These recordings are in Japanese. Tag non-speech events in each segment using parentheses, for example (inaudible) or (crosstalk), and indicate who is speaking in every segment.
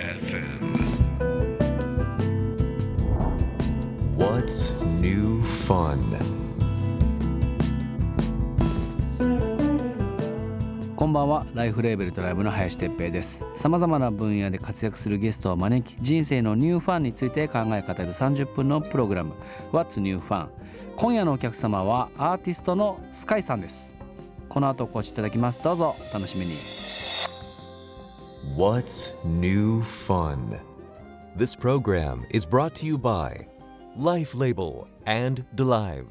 Speaker 1: FM.
Speaker 2: What's new fun?
Speaker 3: こんばんはライフレーベルトライブの林哲平ですさまざまな分野で活躍するゲストを招き人生のニューファンについて考え語る30分のプログラム What's New Fun 今夜のお客様はアーティストのスカイさんですこの後お越しいただきますどうぞお楽しみに
Speaker 2: What's new fun? This program is brought to you by Life Label and Delive.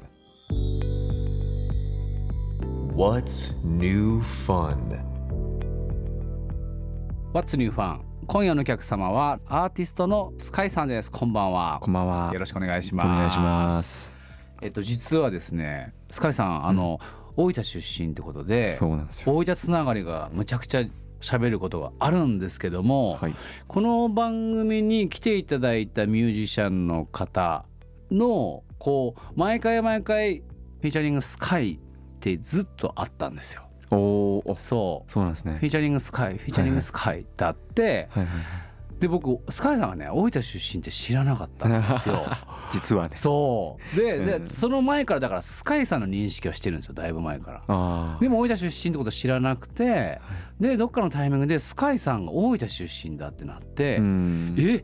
Speaker 2: What's new fun?
Speaker 3: What's New Fun 今夜のお客様はアーティストのスカイさんですこんばんは
Speaker 4: こんばんは。
Speaker 3: よろしくお願いし
Speaker 4: お
Speaker 3: ます
Speaker 4: 願いします。
Speaker 3: えっと実はですねスカイさんあの、大分出身ってことで
Speaker 4: そうなんですよ。
Speaker 3: 大分つながりがむちゃくちゃ喋ることがあるんですけども、
Speaker 4: はい。
Speaker 3: この番組に来ていただいたミュージシャンの方のこう毎回毎回フィーチャリングスカイってずっとあったんですよ。
Speaker 4: おおー、お
Speaker 3: そう
Speaker 4: そうなんですね
Speaker 3: フィ。ーチャリングスカイフィーチャリングスカイだって、
Speaker 4: はいはい。
Speaker 3: で僕スカイさんがね大分出身って知らなかったんで
Speaker 4: (laughs)
Speaker 3: すよ。
Speaker 4: 実はね。
Speaker 3: そうでで、
Speaker 4: うん
Speaker 3: その前からだからスカイさんの認識はしてるんですよだいぶ前から。
Speaker 4: ああ。
Speaker 3: でも大分出身ってこと知らなくてでどっかのタイミングでスカイさんが大分出身だってなって、
Speaker 4: うん。
Speaker 3: え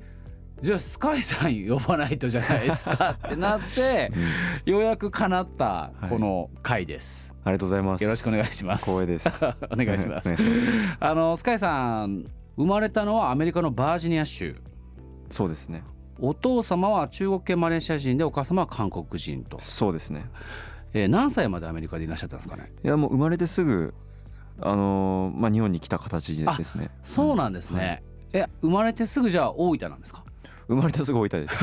Speaker 3: じゃあスカイさん呼ばないとじゃないですかってなってようやく叶ったこの回です、
Speaker 4: ありがとうございます。
Speaker 3: よろしくお願いします
Speaker 4: 光栄です
Speaker 3: (laughs) お願いしま
Speaker 4: (laughs)
Speaker 3: す
Speaker 4: お願いし
Speaker 3: あのスカイさん生まれたのはアメリカのバージニア州
Speaker 4: ますそうですね。
Speaker 3: お父様は中国系マレーシア人でお母様は韓国人と、
Speaker 4: そうですね。
Speaker 3: えー何歳までアメリカでいらっしゃったんですかね
Speaker 4: いやもう生まれてすぐあのーまあ日本に来た形でですね。
Speaker 3: そうなんですね、え生まれてすぐじゃあ大分なんですか
Speaker 4: 生まれてすぐ大分
Speaker 3: (laughs)
Speaker 4: です。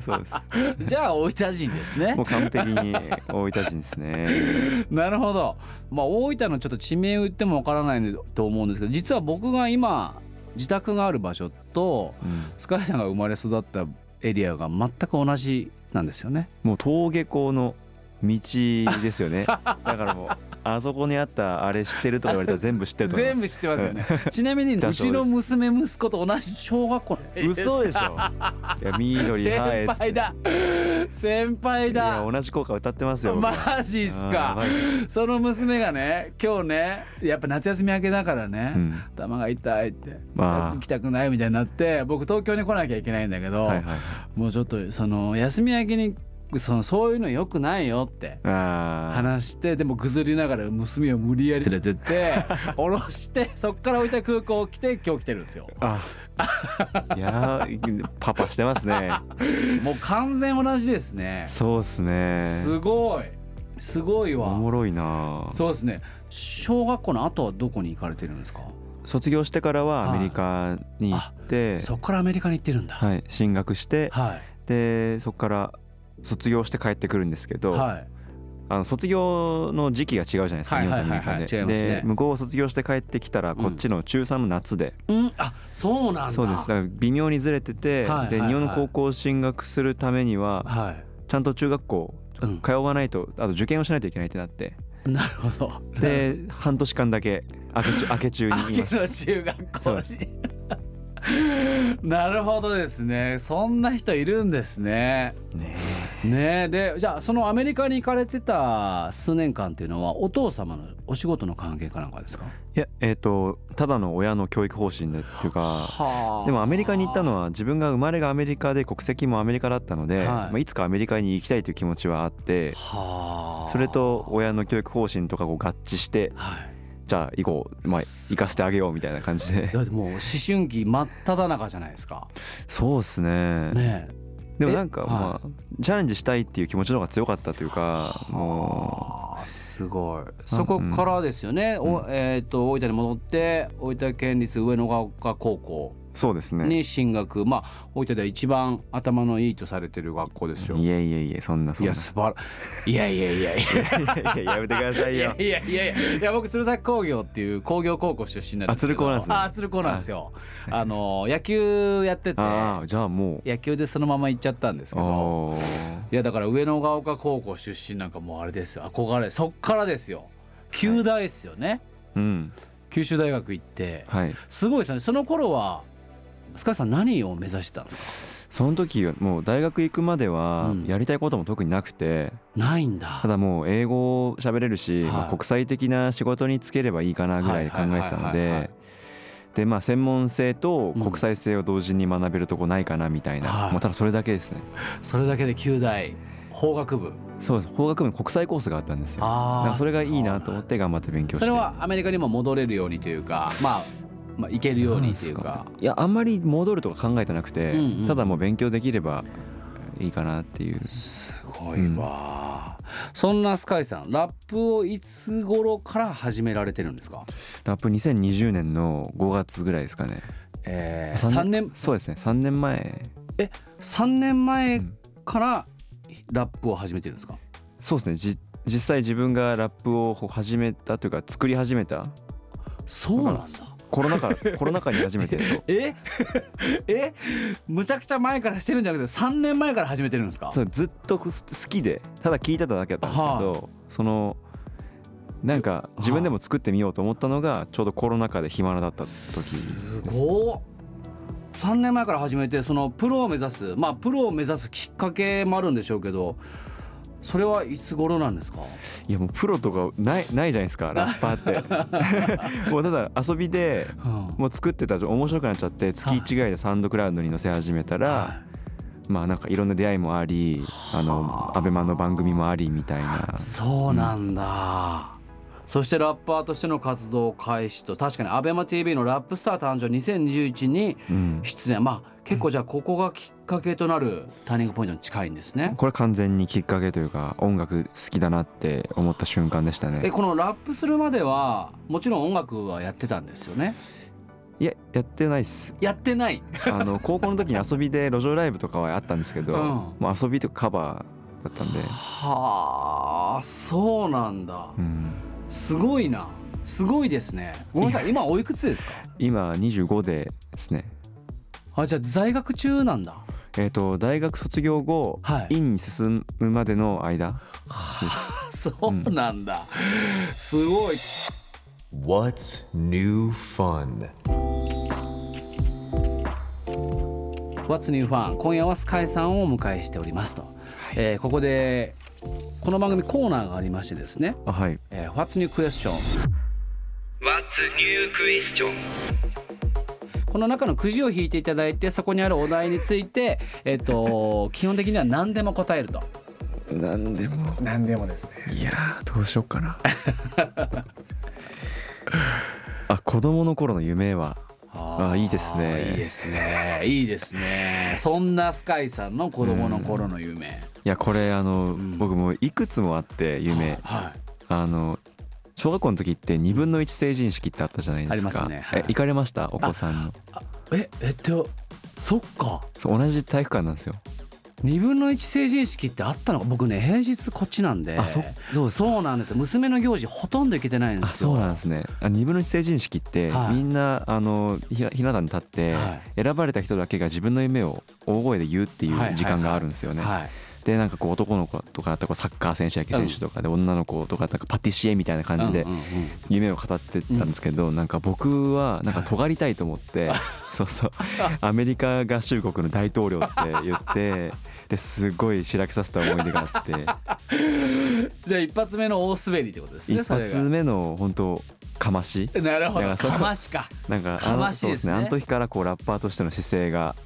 Speaker 4: そうです。
Speaker 3: じゃあ大分人ですね
Speaker 4: もう完璧に大分人です
Speaker 3: (laughs)
Speaker 4: ね。
Speaker 3: なるほど、まあ、大分のちょっと地名を言ってもわからないと思うんですけど実は僕が今自宅がある場所と
Speaker 4: うん
Speaker 3: スカイさんが生まれ育ったエリアが全く同じなんですよね。
Speaker 4: もう登下校の道ですよね。だからもうあそこにあったあれ知ってるとか言われたら全部知ってると思いま
Speaker 3: 全
Speaker 4: す
Speaker 3: 部。知ってますよね。ちなみにう
Speaker 4: 多少です
Speaker 3: ちの娘息子と同じ小学校なんす
Speaker 4: 嘘でしょいや緑はい
Speaker 3: (laughs) 先輩だ先輩
Speaker 4: いや
Speaker 3: だ
Speaker 4: 同じ効果歌ってますよ僕
Speaker 3: マジっす
Speaker 4: あー
Speaker 3: か
Speaker 4: マジっす
Speaker 3: その娘がね今日ねやっぱ夏休み明けだからね、
Speaker 4: うん
Speaker 3: 頭が痛いって、
Speaker 4: まあ
Speaker 3: 行きたくないみたいになって僕東京に来なきゃいけないんだけど、
Speaker 4: はいはい
Speaker 3: もうちょっとその休み明けにそのそういうのよくないよって
Speaker 4: あー
Speaker 3: 話してでもぐずりながら娘を無理やり連れてって
Speaker 4: (laughs)
Speaker 3: 降ろしてそっから置いた空港来て今日来てるんですよ。
Speaker 4: あいやー (laughs) パパしてますね
Speaker 3: もう完全同じですね。
Speaker 4: そうっすね
Speaker 3: すごいすごい
Speaker 4: お
Speaker 3: わ。
Speaker 4: もろいな
Speaker 3: そうですね。小学校の後はどこに行かれてるんですか。
Speaker 4: 卒業してからはアメリカに行って
Speaker 3: そっからアメリカに行ってるんだ。
Speaker 4: はい進学して
Speaker 3: はい
Speaker 4: でそこから卒業して帰ってくるんですけど、
Speaker 3: はい
Speaker 4: あの卒業の時期が違うじゃないですか
Speaker 3: はい
Speaker 4: 日
Speaker 3: はい
Speaker 4: 本とア
Speaker 3: はい
Speaker 4: メリ
Speaker 3: はい
Speaker 4: カ
Speaker 3: 違い
Speaker 4: で
Speaker 3: ますね
Speaker 4: で向こうを卒業して帰ってきたらこっちの中3の夏で、
Speaker 3: うんあそうなんだ。
Speaker 4: そうですだから微妙にずれてて、
Speaker 3: はい
Speaker 4: で
Speaker 3: はい
Speaker 4: 日本の
Speaker 3: はい
Speaker 4: 高校進学するためには
Speaker 3: はい。
Speaker 4: ちゃんと中学校
Speaker 3: うん
Speaker 4: 通わないとあと受験をしないといけないってなって
Speaker 3: なる
Speaker 4: (laughs)
Speaker 3: ほど。
Speaker 4: で半年間だけ明け中明け中にい
Speaker 3: 秋
Speaker 4: ました
Speaker 3: の中学 (laughs)
Speaker 4: そう
Speaker 3: 校
Speaker 4: で
Speaker 3: になるほどですねそんな人いるんですね
Speaker 4: ね
Speaker 3: ねえでじゃあそのアメリカに行かれてた数年間っていうのはお父様のお仕事の関係かなんかですか
Speaker 4: いやえっ、とただの親の教育方針でっていうか
Speaker 3: は
Speaker 4: でもアメリカに行ったのは自分が生まれがアメリカで国籍もアメリカだったので、
Speaker 3: はい
Speaker 4: いまあ、いつかアメリカに行きたいという気持ちはあって
Speaker 3: はあ
Speaker 4: それと親の教育方針とかを合致して
Speaker 3: はい
Speaker 4: じゃあ行こう、まあ、行かせてあげようみたいな感じで
Speaker 3: だってもう思春期真っ只中じゃないで
Speaker 4: (laughs)
Speaker 3: すか
Speaker 4: そうですね
Speaker 3: ねえ
Speaker 4: でもなんか
Speaker 3: え
Speaker 4: まあ、チャレンジしたいっていう気持ちの方が強かったというかも
Speaker 3: あーすごいそこからですよね、おえー、と大分に戻って大分県立上野ヶ丘高校
Speaker 4: うそうですね
Speaker 3: に進学、まあ大分では一番頭のいいとされてる学校ですよ。
Speaker 4: いえいえいえそんないそんな
Speaker 3: や素晴らいやいやいやい
Speaker 4: いややめてください
Speaker 3: や
Speaker 4: よ
Speaker 3: いやいやいやいや僕鶴崎工業っていう工業高校出身なんですけど
Speaker 4: あ鶴高なんですね
Speaker 3: あ鶴高なんですよ、あの野球やってて
Speaker 4: ああじゃあも
Speaker 3: 野球でそのまま行っちゃったんです
Speaker 4: う
Speaker 3: けど
Speaker 4: あ
Speaker 3: いやだから上野ヶ丘高校出身なんかもうあれですよ憧れそっからですよ九大ですよね、
Speaker 4: ーうん
Speaker 3: 九州大学行って
Speaker 4: はい
Speaker 3: すごいですよねその頃はスカイさん何を目指してたんです
Speaker 4: その時もう大学行くまでは
Speaker 3: うん
Speaker 4: やりたいことも特になくて、
Speaker 3: かないんだ
Speaker 4: ただもう英語を喋れるし、
Speaker 3: はい
Speaker 4: まあ国際的な仕事に就ければいいかなぐらい考えてた
Speaker 3: は
Speaker 4: の
Speaker 3: いはいはいはいはい
Speaker 4: で。でまあ、専門性と国際性を同時に学べるとこないかなみたいな、
Speaker 3: はい
Speaker 4: もうただそれだけですね
Speaker 3: それだけで9代法学部
Speaker 4: そうです法学部に国際コースがあったんですよだ
Speaker 3: あー
Speaker 4: からそれがいいなと思って頑張って勉強し
Speaker 3: そ
Speaker 4: て
Speaker 3: れはアメリカにも戻れるようにというかまあまあ行けるようにというか
Speaker 4: いやあんまり戻るとか考えてなくて、
Speaker 3: うんうん
Speaker 4: ただもう勉強できればいいかなっていう
Speaker 3: すごいわ、そんなスカイさんラップをいつ頃から始められてるんですか
Speaker 4: ラップ2020年の5月ぐらいですかね
Speaker 3: えー、3
Speaker 4: 三
Speaker 3: 年
Speaker 4: そうですね3年前
Speaker 3: 三年前からラップを始めてるんですか
Speaker 4: そうですねじ実際自分がラップを始めたというか作り始めた
Speaker 3: そうなんだ
Speaker 4: コロナ
Speaker 3: (laughs)
Speaker 4: 禍コロナ禍に初めてそう
Speaker 3: え (laughs) えむちゃくちゃ前からしてるんじゃなくて3年前から始めてるんですか
Speaker 4: そうずっと好きでただ聞いてただけだったんですけど、そのなんか自分でも作ってみようと思ったのがちょうどコロナ禍で暇なだった時
Speaker 3: すごっ3年前から始めてそのプロを目指すまあプロを目指すきっかけもあるんでしょうけどそれはいつ頃なんですか
Speaker 4: いやもうプロとかないないじゃないですかラッパーって (laughs) もうただ遊びでもう作ってたら面白くなっちゃって月1ぐらいでサウンドクラウドに載せ始めたら、
Speaker 3: は
Speaker 4: まあなんかいろんな出会いもありあのアベマの番組もありみたいない
Speaker 3: そうなんだ、そしてラッパーとしての活動開始と確かに ABEMATV の「ラップスター誕生2021」に
Speaker 4: うん
Speaker 3: 出演まあ結構じゃあここがきっかけとなるターニングポイントに近いんですね。
Speaker 4: これ完全にきっかけというか音楽好きだなって思った瞬間でした
Speaker 3: え
Speaker 4: ね
Speaker 3: このラップするまではもちろん音楽はやってたんですよね。
Speaker 4: いややってないっす
Speaker 3: やってない
Speaker 4: あ
Speaker 3: (laughs)
Speaker 4: の高校の時に遊びで路上ライブとかはあったんですけど、
Speaker 3: うん
Speaker 4: もう遊びとかカバーだったんで、
Speaker 3: はあそうなんだ
Speaker 4: うん、
Speaker 3: すごいなすごいですねごめんなさい今おいくつですか
Speaker 4: 今25でですね
Speaker 3: あじゃあ在学中なんだ
Speaker 4: えー、と大学卒業後、
Speaker 3: はい
Speaker 4: 院に進むまでの間
Speaker 3: そうなんだ、すごい
Speaker 2: What's new fun?
Speaker 3: What's New Fun 今夜はスカイさんをお迎えしておりますと、えーここでこの番組コーナーがありましてですね
Speaker 4: あはい
Speaker 3: 「えー What's New Question
Speaker 1: What's new question?」
Speaker 3: この中のくじを引いていただいてそこにあるお題について、えっと基本的には何でも答えると
Speaker 4: なんでも
Speaker 3: 何でもですね
Speaker 4: いやーどうしよっかな (laughs) あ子供の頃の夢はあーいいですね
Speaker 3: いいですね。いいですね。そんなスカイさんの子供の頃の夢。
Speaker 4: いやこれあの、
Speaker 3: ん
Speaker 4: 僕もういくつもあって夢
Speaker 3: は
Speaker 4: あの小学校の時って2分の1成人式ってあったじゃないですか、
Speaker 3: ありますねはい
Speaker 4: え行かれましたお子さんの
Speaker 3: い。え、えっと、そっか。
Speaker 4: そう同じ体育館なんですよ
Speaker 3: 二分の一成人式ってあったのか。僕ね、平日こっちなんで。
Speaker 4: あそそうです
Speaker 3: そうなんですよ。娘の行事ほとんど行けてないんで
Speaker 4: あ
Speaker 3: す
Speaker 4: そ
Speaker 3: よ。
Speaker 4: うなんですねあ2分の1成人式って、
Speaker 3: はい
Speaker 4: みんなあのひなひな壇に立って、
Speaker 3: は
Speaker 4: 選ばれた人だけが自分の夢を大声で言うってい
Speaker 3: はいはいう
Speaker 4: 時間があるんですよね。
Speaker 3: はい。
Speaker 4: でなんかこう男の子とかだったらこうサッカー選手野球選手とかで、女の子とかなんかパティシエみたいな感じで
Speaker 3: うんうんうん
Speaker 4: 夢を語ってたんですけど、なんか僕はなんか尖りたいと思って、そうそうアメリカ合衆国の大統領って言ってですごいしらけさせた思い出があって
Speaker 3: (laughs) じゃあ一発目の大滑りってことですね。
Speaker 4: 一
Speaker 3: (laughs) それが
Speaker 4: 発目の本当かまし
Speaker 3: なる
Speaker 4: だか
Speaker 3: ほど。
Speaker 4: らそ
Speaker 3: か
Speaker 4: の
Speaker 3: ましか。
Speaker 4: なんか
Speaker 3: かま
Speaker 4: あのそ
Speaker 3: し
Speaker 4: う
Speaker 3: で
Speaker 4: ですす
Speaker 3: ね
Speaker 4: ねあの時からこうラッパーとしての姿勢が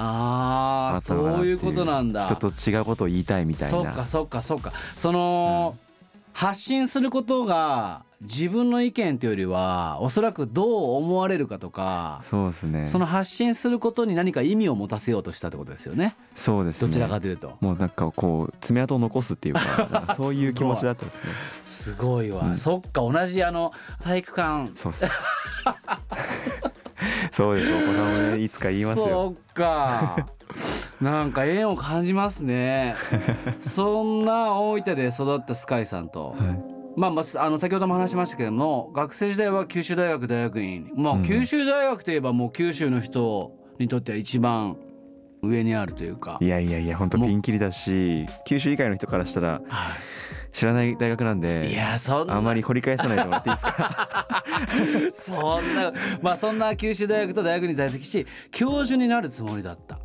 Speaker 3: あ
Speaker 4: あ
Speaker 3: あ、
Speaker 4: ったのかな
Speaker 3: そ
Speaker 4: っ
Speaker 3: う
Speaker 4: て
Speaker 3: い
Speaker 4: いう
Speaker 3: うことなんだ。
Speaker 4: 人と違うことを言いたいみたい
Speaker 3: そうか
Speaker 4: な
Speaker 3: そうかそうかその、発信することが自分の意見というよりはおそらくどう思われるかとか
Speaker 4: そうですね
Speaker 3: その発信することに何か意味を持たせようとしたってことですよね
Speaker 4: そうです
Speaker 3: ど
Speaker 4: ね
Speaker 3: ちらかというと
Speaker 4: もうなんかこう爪痕を残すっていうか
Speaker 3: (laughs)
Speaker 4: なんかそういう気持ちだったですね
Speaker 3: すごいわ、
Speaker 4: うん
Speaker 3: そっか同じあの体育館
Speaker 4: そうっ
Speaker 3: (laughs)
Speaker 4: すそうですお子さんもねいつか言いますよ
Speaker 3: そっ
Speaker 4: (laughs)
Speaker 3: かなんか縁を感じますねそんな大分で育ったスカイさんと、
Speaker 4: はい
Speaker 3: まあ、まああの先ほども話しましたけども学生時代は九州大学大学院まあ
Speaker 4: うん
Speaker 3: 九州大学といえばもう九州の人にとっては一番上にあるというか
Speaker 4: いやいやいや本当
Speaker 3: もう
Speaker 4: ピンキリだし九州以外の人からしたら知らない大学なん
Speaker 3: い
Speaker 4: で
Speaker 3: やそん
Speaker 4: あ
Speaker 3: な
Speaker 4: まり掘り返さないでもらっていい
Speaker 3: (laughs)
Speaker 4: ですか
Speaker 3: そんなまあそんな九州大学と大学に在籍し教授になるつもりだった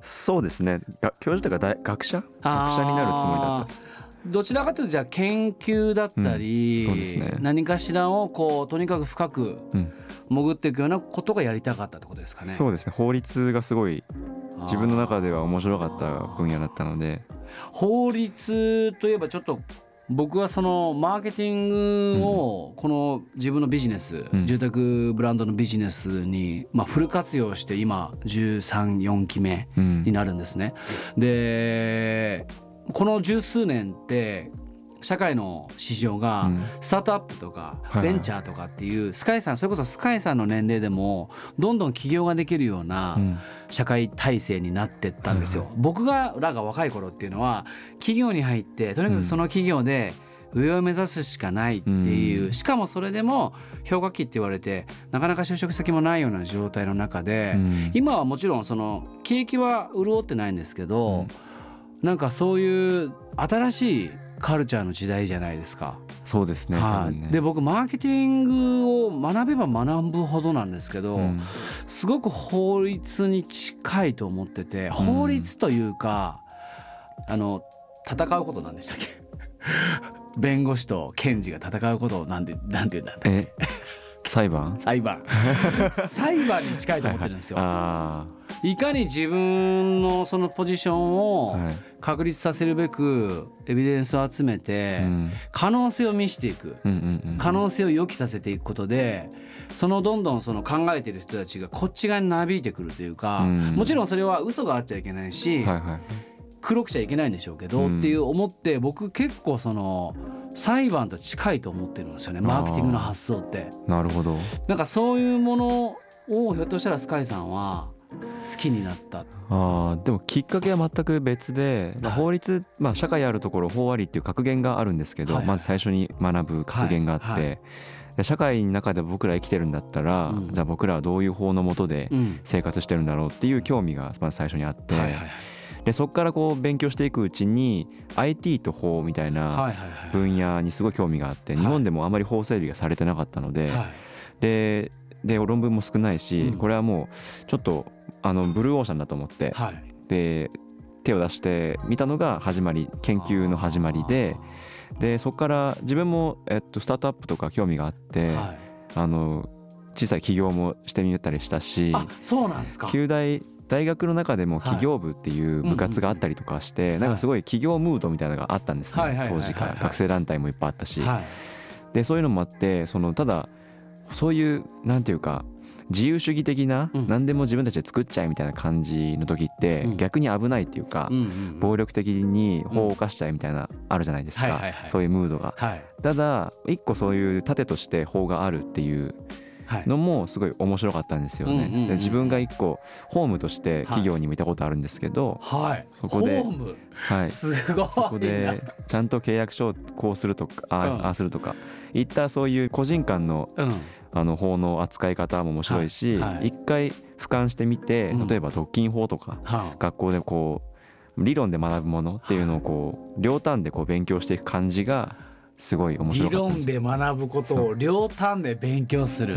Speaker 4: そうですねが教授というか大学者
Speaker 3: あ
Speaker 4: 学
Speaker 3: ー
Speaker 4: 者になるつもりだったんです
Speaker 3: どちらかというとじゃあ研究だったり、
Speaker 4: うんそうですね
Speaker 3: 何かしらをこうとにかく深く
Speaker 4: うん
Speaker 3: 潜っていくようなことがやりたかったってことですかね。
Speaker 4: そうですね法律がすごい自分の中では面白かっ
Speaker 3: あ
Speaker 4: た
Speaker 3: ー
Speaker 4: 分野だったので
Speaker 3: 法律といえばちょっと僕はそのマーケティングをこの自分のビジネス、
Speaker 4: うん
Speaker 3: 住宅ブランドのビジネスにまあフル活用して今134期目
Speaker 4: うん
Speaker 3: になるんですね。でこの十数年って社会の市場が、
Speaker 4: うん
Speaker 3: スタートアップとか
Speaker 4: はいはい
Speaker 3: ベンチャーとかっていうスカイさんそれこそスカイさんの年齢でもどんどん起業ができるような
Speaker 4: うん
Speaker 3: 社会体制になってったんですよ。僕がらが若い頃っていうのは企業に入ってとにかくその企業で上を目指すしかないっていう、
Speaker 4: うん
Speaker 3: しかもそれでも氷河期って言われてなかなか就職先もないような状態の中で、
Speaker 4: うん
Speaker 3: 今はもちろんその景気は潤ってないんですけど、
Speaker 4: うん
Speaker 3: なんかそういう新しいカルチャーの時代じゃないですか。
Speaker 4: そうですね多
Speaker 3: はい、
Speaker 4: 分ね
Speaker 3: で僕マーケティングを学べば学ぶほどなんですけど、
Speaker 4: うん
Speaker 3: すごく法律に近いと思ってて法律というか、あの戦うことなんでしたっけ (laughs) 弁護士と検事が戦うことをなんでなんて言うんだ
Speaker 4: え裁判
Speaker 3: 裁
Speaker 4: (laughs)
Speaker 3: 判裁判に近いと思ってるんですよ。
Speaker 4: あ
Speaker 3: いかに自分のそのポジショ
Speaker 4: あ
Speaker 3: ンを
Speaker 4: はい
Speaker 3: 確立させるべくエビデンスを集めて
Speaker 4: うん
Speaker 3: 可能性を見せていく。
Speaker 4: うんうんうん
Speaker 3: 可能性を予期させていくことでそのどんどんその考えてる人たちがこっち側になびいてくるというか、
Speaker 4: うん
Speaker 3: もちろんそれは嘘があっちゃいけない
Speaker 4: は
Speaker 3: し、
Speaker 4: いはい
Speaker 3: 黒くちゃいけないんでしょうけど、
Speaker 4: うん
Speaker 3: っていう思って僕結構その裁判と近いと思ってるんですよねマーケティングの発想って。
Speaker 4: なるほど
Speaker 3: なんかそういうものをひょっとしたらスカイさんは好きになった。
Speaker 4: あーでもきっかけは全く別で、まあ、法律、まあ、社会あるところ法ありっていう格言があるんですけど、
Speaker 3: はいはい
Speaker 4: まず最初に学ぶ格言があって、
Speaker 3: はいは
Speaker 4: で社会の中で僕ら生きてるんだったら、
Speaker 3: うん
Speaker 4: じゃあ僕らはどういう法の下で
Speaker 3: うん
Speaker 4: 生活してるんだろうっていう興味がまず最初にあって、
Speaker 3: はいはい
Speaker 4: でそこからこう勉強していくうちに IT と法みたい
Speaker 3: はい
Speaker 4: な
Speaker 3: はいはい
Speaker 4: 分野にすごい興味があって、
Speaker 3: はい
Speaker 4: 日本でもあまり法整備がされてなかったので、
Speaker 3: はい
Speaker 4: でで論文も少ないし、
Speaker 3: うん
Speaker 4: これはもうちょっとあのブルーオーシャンだと思って。
Speaker 3: はい
Speaker 4: で手を出してみたのが始まり研究の始まりででそこから自分も、えっと、スタートアップとか興味があって、
Speaker 3: あーはい
Speaker 4: あの小さい起業もしてみたりしたし
Speaker 3: あそうなんですか。
Speaker 4: 旧大大学の中でも
Speaker 3: はい
Speaker 4: 起業部っていう部活があったりとかして、なんかすごい起業ムードみたいなのがあったんですね、
Speaker 3: はいはいはいはい
Speaker 4: 当時から、
Speaker 3: はい
Speaker 4: 学生団体もいっぱいあったし、
Speaker 3: はい
Speaker 4: でそういうのもあってそのただそういうなんていうか自由主義的な、
Speaker 3: うん
Speaker 4: 何でも自分たちで作っちゃえみたいな感じの時って、
Speaker 3: うん
Speaker 4: 逆に危ないっていうか、
Speaker 3: うんうんうん
Speaker 4: 暴力的に法を犯しちゃえみたいなあるじゃないです
Speaker 3: はいはい
Speaker 4: か
Speaker 3: はい
Speaker 4: そういうムードが
Speaker 3: はい
Speaker 4: ただ一個そういう盾として法があるっていう
Speaker 3: はい
Speaker 4: のもすごい面白かったんですよ
Speaker 3: うんうんうんうん
Speaker 4: ねで自分が一個ホームとして企業にもいたことあるんですけど
Speaker 3: はい。
Speaker 4: そこで
Speaker 3: ホーム。 (laughs)
Speaker 4: はいそ
Speaker 3: すごいな。
Speaker 4: こでちゃんと契約書をこうするとかあ
Speaker 3: うん
Speaker 4: ああするとかいったそういう個人間の
Speaker 3: うん。
Speaker 4: あの法の扱い方も面白いし
Speaker 3: はいはい
Speaker 4: 一回俯瞰してみて
Speaker 3: うん
Speaker 4: 例えば独禁法とか
Speaker 3: は
Speaker 4: 学校でこう理論で学ぶものっていうのをこう両端でこう勉強していく感じがすごい面白
Speaker 3: 理
Speaker 4: かったん
Speaker 3: 論
Speaker 4: ですよ
Speaker 3: で学ぶことを両端で勉強する。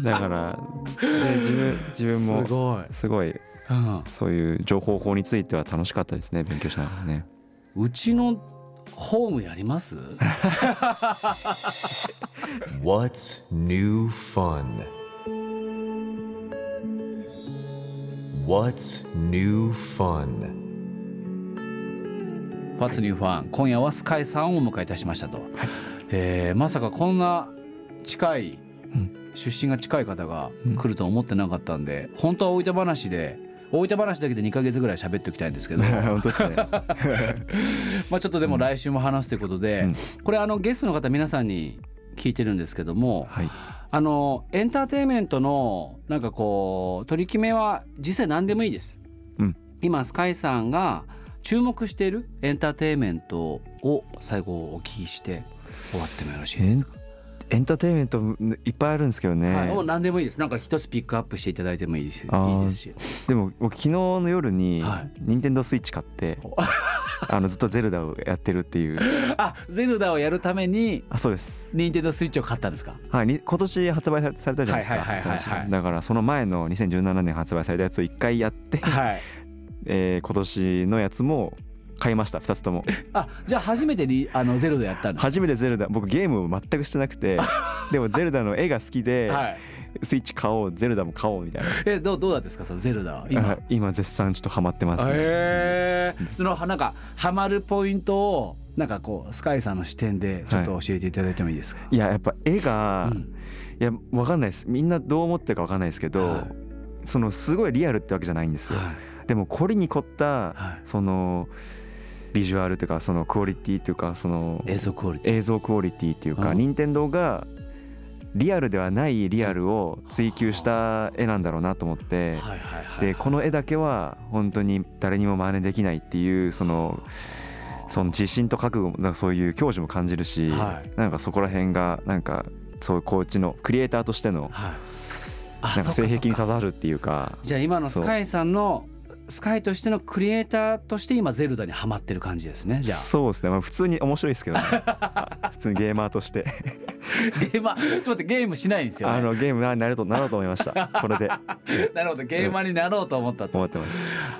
Speaker 4: だからで自分自分
Speaker 3: す
Speaker 4: も
Speaker 3: ごい。
Speaker 4: すごい
Speaker 3: うん。
Speaker 4: そういう情報法については楽しかったですね勉強しながらね
Speaker 3: うちのホームや
Speaker 4: (laughs)
Speaker 3: ります？
Speaker 2: What's new fun? What's new fun?
Speaker 3: ファツニューファン。今夜はスカイさんをお迎えいたしましたと。えーまさかこんな近い。出身が近い方が来ると思ってなかったんで、本当は大分話で大分話だけで2ヶ月ぐらい喋っておきたいんですけど
Speaker 4: (laughs) 本当ですね
Speaker 3: (laughs) まあちょっとでも来週も話すということで、
Speaker 4: うん
Speaker 3: これあのゲストの方皆さんに聞いてるんですけども
Speaker 4: はい
Speaker 3: あのエンターテインメントのなんかこう取り決めは実際何でもいいです。
Speaker 4: うん
Speaker 3: 今スカイさんが注目しているエンターテインメントを最後お聞きして終わってもよろしいですか。
Speaker 4: エンターテインメントいっぱいあるんですけどね、
Speaker 3: はい、もう何でもいいですなんか一つピックアップしていただいてもいいですし
Speaker 4: あー
Speaker 3: いいですし
Speaker 4: でも僕昨日の夜に
Speaker 3: はい
Speaker 4: 任天堂スイッチ買って、 (laughs) あのずっとゼルダをやってるっていう
Speaker 3: あゼルダをやるために
Speaker 4: あそうです
Speaker 3: 任天堂スイッチを買ったんですか
Speaker 4: はいに今年発売されされたじゃないですか、
Speaker 3: はいはいはいはいはい
Speaker 4: だからその前の2017年発売されたやつを一回や
Speaker 3: (laughs)
Speaker 4: って、
Speaker 3: はい
Speaker 4: えー今年のやつも買いました2つと
Speaker 3: (laughs)
Speaker 4: も
Speaker 3: あじゃあ初めてリあのゼルダやったんです
Speaker 4: 初めてゼルダ僕ゲームを全くしてなくてでもゼルダの絵が好きで、
Speaker 3: はい
Speaker 4: スイッチ買おうゼルダも買おうみたいな
Speaker 3: えどうどうだったですかそのゼルダは
Speaker 4: は
Speaker 3: 今
Speaker 4: い今絶賛ちょっとハマってますね、
Speaker 3: へえそのなんかハマるポイントをなんかこうスカイさんの視点でちょっと教えていただいてもいいですか、
Speaker 4: いややっぱ絵が、
Speaker 3: うん
Speaker 4: いやわかんないですみんなどう思ってるかわかんないですけど、
Speaker 3: はい
Speaker 4: そのすごいリアルってわけじゃないんですよ、
Speaker 3: はい
Speaker 4: でも凝りに凝った
Speaker 3: はい
Speaker 4: そのビジュアルというかそのクオリティというかその
Speaker 3: 映像クオリティ
Speaker 4: 映像クオリティというか
Speaker 3: うん
Speaker 4: 任天堂がリアルではないリアルを追求した絵なんだろうなと思って
Speaker 3: いはいは
Speaker 4: でこの絵だけは本当に誰にも真似できないっていうそのその自信と覚悟もなんかそういう教授も感じるし
Speaker 3: はい
Speaker 4: なんかそこら辺がなんかそういうコーチのクリエイターとしての
Speaker 3: はい
Speaker 4: なんか性癖に
Speaker 3: さ
Speaker 4: 刺さるっていうか
Speaker 3: じゃあ今の
Speaker 4: そ
Speaker 3: ス
Speaker 4: う
Speaker 3: カイさんのスカイとしてのクリエイターとして今ゼルダにハマってる感じですねじゃあ
Speaker 4: そうですねまあ普通に面白いですけ
Speaker 3: (laughs)
Speaker 4: どね普通にゲーマーとして
Speaker 3: ゲーマーちょっと待ってゲームしないんですよ、ね、
Speaker 4: あのゲームになるとなろうと思いましたこ
Speaker 3: (laughs)
Speaker 4: れで
Speaker 3: なるほどゲーマーになろうと思ったと、
Speaker 4: 思ってます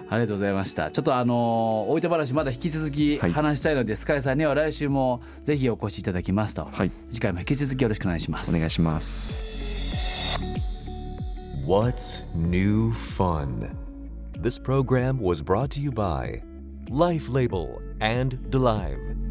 Speaker 3: ありがとうございましたちょっとあのー、おいて話まだ引き続き
Speaker 4: はい
Speaker 3: 話したいので、スカイさんには来週もぜひお越しいただきますと
Speaker 4: はい
Speaker 3: 次回も引き続きよろしくお願いします
Speaker 4: お願いします。
Speaker 2: What's New Fun? This program was brought to you by Life Label and DeLive.